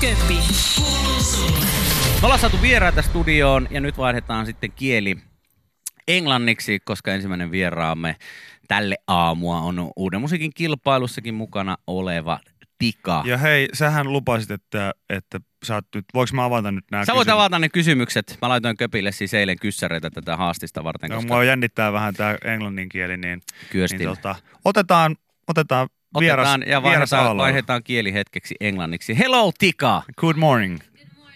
Köpi. Me ollaan saatu vieraita studioon ja nyt vaihdetaan sitten kieli englanniksi, koska ensimmäinen vieraamme tälle aamua on uuden musiikin kilpailussakin mukana oleva Tika. Ja hei, sähän lupasit, että, että sä oot nyt, voiko mä avata nyt nämä Sä voit avata ne kysymykset. Mä laitoin Köpille siis eilen kyssäreitä tätä haastista varten, No, koska mua jännittää vähän tämä englannin kieli, niin, niin Kyöstin. tota, otetaan, otetaan vieras, Otetaan ja vieras vaihdetaan, aalloilla. vaihdetaan kieli hetkeksi englanniksi. Hello Tika! Good morning.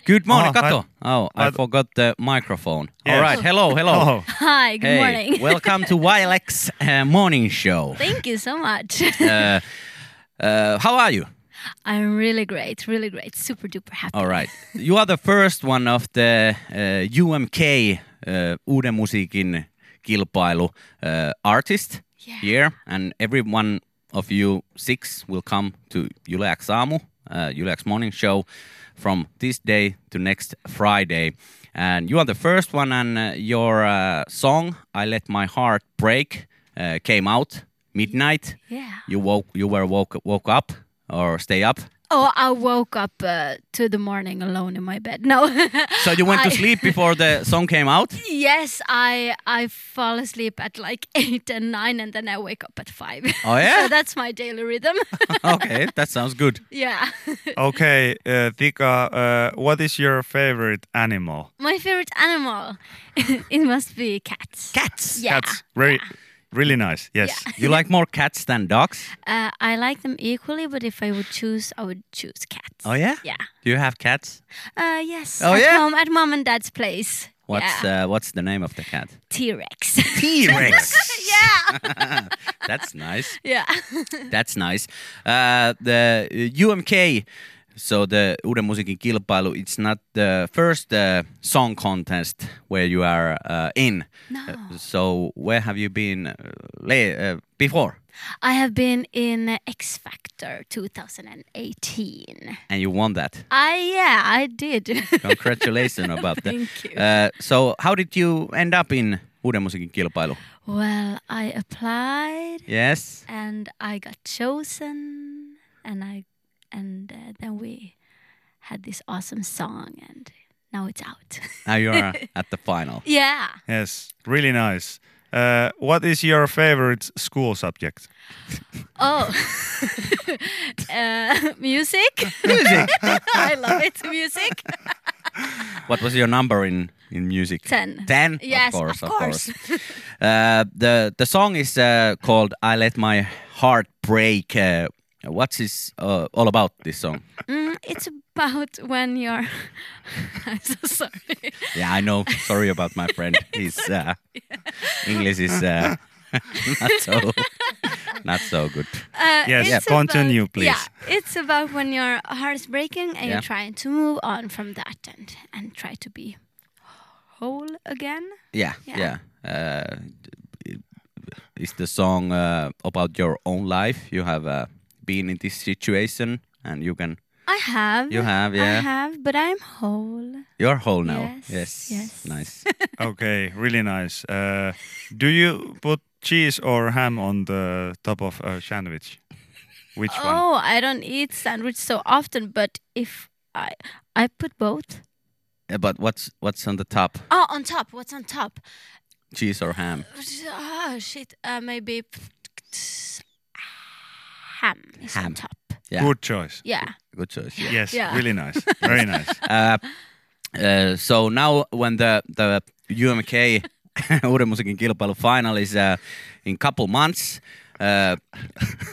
Good morning, Aha, kato. Oh, I lait- forgot the microphone. Ah, Yes. All right, hello, hello. Oh, Hi, good Hey, morning. welcome to YLX uh, morning show. Thank you so much. Uh, uh, how are you? I'm really great, really great. Super duper happy. All right. You are the first one of the uh, UMK uh, Uuden Musiikin kilpailu uh, artist Yeah. here, and every one of you six will come to Yle X Aamu, uh, Yle X Morning Show, from this day to next Friday. And you are the first one, and uh, your uh, song "I Let My Heart Break" uh, came out midnight. Yeah. You woke, you were woke, woke up or stay up. Oh, I woke up uh, to the morning alone in my bed. No. So you went to I- sleep before the song came out. Yes, I I fall asleep at like eight and nine, and then I wake up at five. Oh, yeah? so that's my daily rhythm. okay, that sounds good. yeah. Okay, uh, Tika, uh, what is your favorite animal? My favorite animal, it must be cats. Cats. Yeah. Cats. Very, really nice. Yes. You like more cats than dogs? Uh, I like them equally, but if I would choose, I would choose cats. Oh yeah. Yeah. Do you have cats? Uh, yes. Oh, at yeah? Mom, at mom and dad's place. What's yeah. uh, what's the name of the cat? T-Rex? T-Rex. yeah. That's nice. Yeah. That's nice. Uh, the uh, UMK, so the Uuden Musiikin kilpailu, it's not the first uh, song contest where you are uh, in. No. Uh, so where have you been uh, la- uh, before? I have been in uh, X Factor 2018. And you won that. I yeah, I did. Oh, Congratulations about that. Thank you. Uh, so how did you end up in Uuden Musiikin kilpailu? well, I applied Yes. and I got chosen and I and uh, then we had this awesome song and now it's out. Now you are at the final. yeah. Yes. Really nice. Uh, what is your favorite school subject? Oh, uh, music. Music. I love it. Music. What was your number in in music? Ten. Ten. Yes, of course, of of course. course. uh, the the song is uh, called "I Let My Heart Break." Uh, what's this uh, all about? This song? Mm, it's about when you're. I'm so sorry. Yeah, I know. Sorry about my friend. His uh, English is uh, not so not so good. Uh, Yes, it's Yeah. continue, about- please. Yeah, it's about when your heart's breaking and Yeah. you're trying to move on from that and and try to be whole again. Yeah, Yeah. yeah. Uh, is the song uh, about your own life? You have uh, been in this situation, and you can I have. You have, Mm-hmm. I yeah. have, but I'm whole. You're whole now. Yes, yes. Nice. Okay. Really nice. Uh, do you put cheese or ham on the top of a sandwich? Which one? Oh, I don't eat sandwich so often, but if I I put both. Uh, but what's what's on the top? Oh, on top. What's on top? Cheese or ham? Ah, shit. Uh, maybe ham is Ham. on top. Yeah. Good choice. Yeah. Good choice. Yeah. Yes, Yeah. really nice. Very nice. Uh, uh, so now when the the UMK Uuden musiikin kilpailu final is uh, in couple months, uh,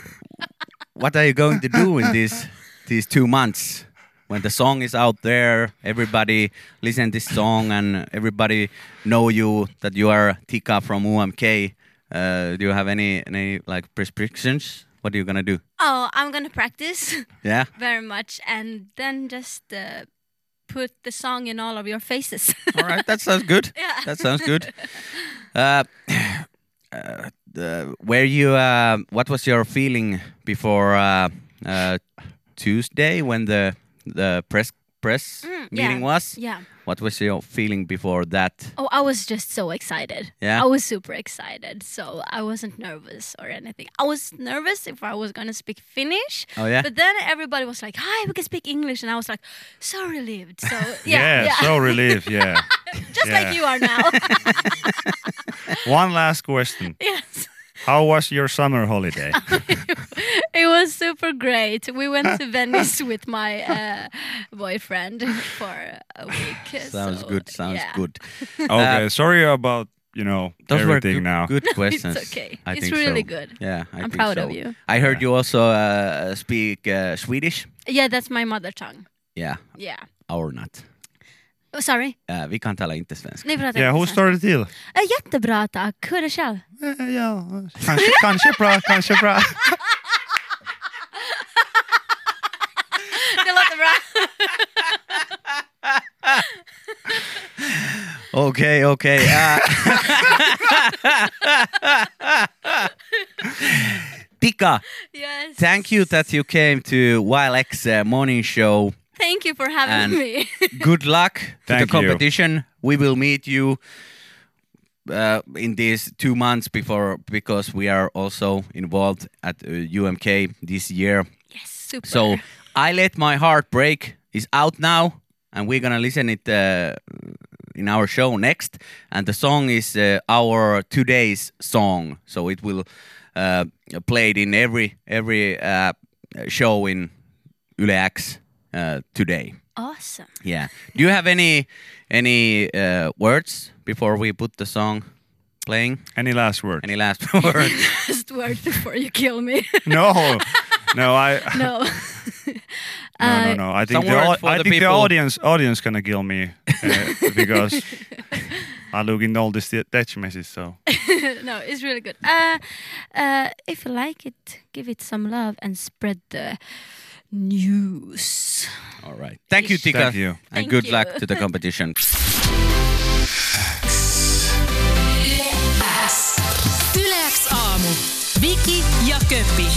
what are you going to do in these these two months? When the song is out there, everybody listen this song and everybody know you that you are Tika from UMK. Uh, do you have any any like prescriptions? What are you gonna do? Oh, I'm gonna practice Yeah. very much, and then just uh, put the song in all of your faces. All right, that sounds good. Yeah. That sounds good. Uh, uh, the- were you? Uh, what was your feeling before uh, uh, Tuesday when the the press press Mm, meeting yeah. was. Yeah. What was your feeling before that? Oh, I was just so excited. Yeah. I was super excited. So I wasn't nervous or anything. I was nervous if I was going to speak Finnish. Oh yeah. But then everybody was like, hi, we can speak English. And I was like, so relieved. So, yeah. yeah, so relieved. Yeah. just yeah. like you are now. One last question. yes. How was your summer holiday? It was super great. We went to Venice with my uh, boyfriend for a week. sounds so, good. Sounds yeah. good. okay, sorry about you know Those were good, everything now. good questions. It's okay. I it's think really so. good. Yeah, I I'm think proud so. of you. I heard Yeah. you also uh, speak uh, Swedish. Yeah, that's my mother tongue. Yeah, Yeah. or not. Oh, sorry. Uh, vi kan tala inte svenska. Ni pratar Yeah, inte who så. started till? Eh, Jättebra tack. Hur är det själv? yeah, uh, kanske, kanske bra, kanske bra. Det låter bra. Okej, okej. äh. Tika, Yes. thank you that you came to YLX uh, morning show. Thank you for having And- me. Good luck to the Thank you. competition. We will meet you uh, in these two months before because we are also involved at uh, UMK this year. yes, super. So I let my heart break is out now, and we're gonna listen it uh, in our show next. And the song is uh, our today's song, so it will uh, played in every every uh, show in Yle X uh, today. awesome. Yeah. Do you have any any uh, words before we put the song playing? Any last word? Any last words? Last word before you kill me. no, no, I no. no, no, Uh, no. I think Some the, word au- for I the think the people. audience audience gonna kill me uh, because I look in all this Dutch message. So no, it's really good. Uh, uh, if you like it, give it some love and spread the news. All right. Thank you, Tika. thank you. And Thank good you. luck to the competition. Yleäks aamu. Viki ja Köppi.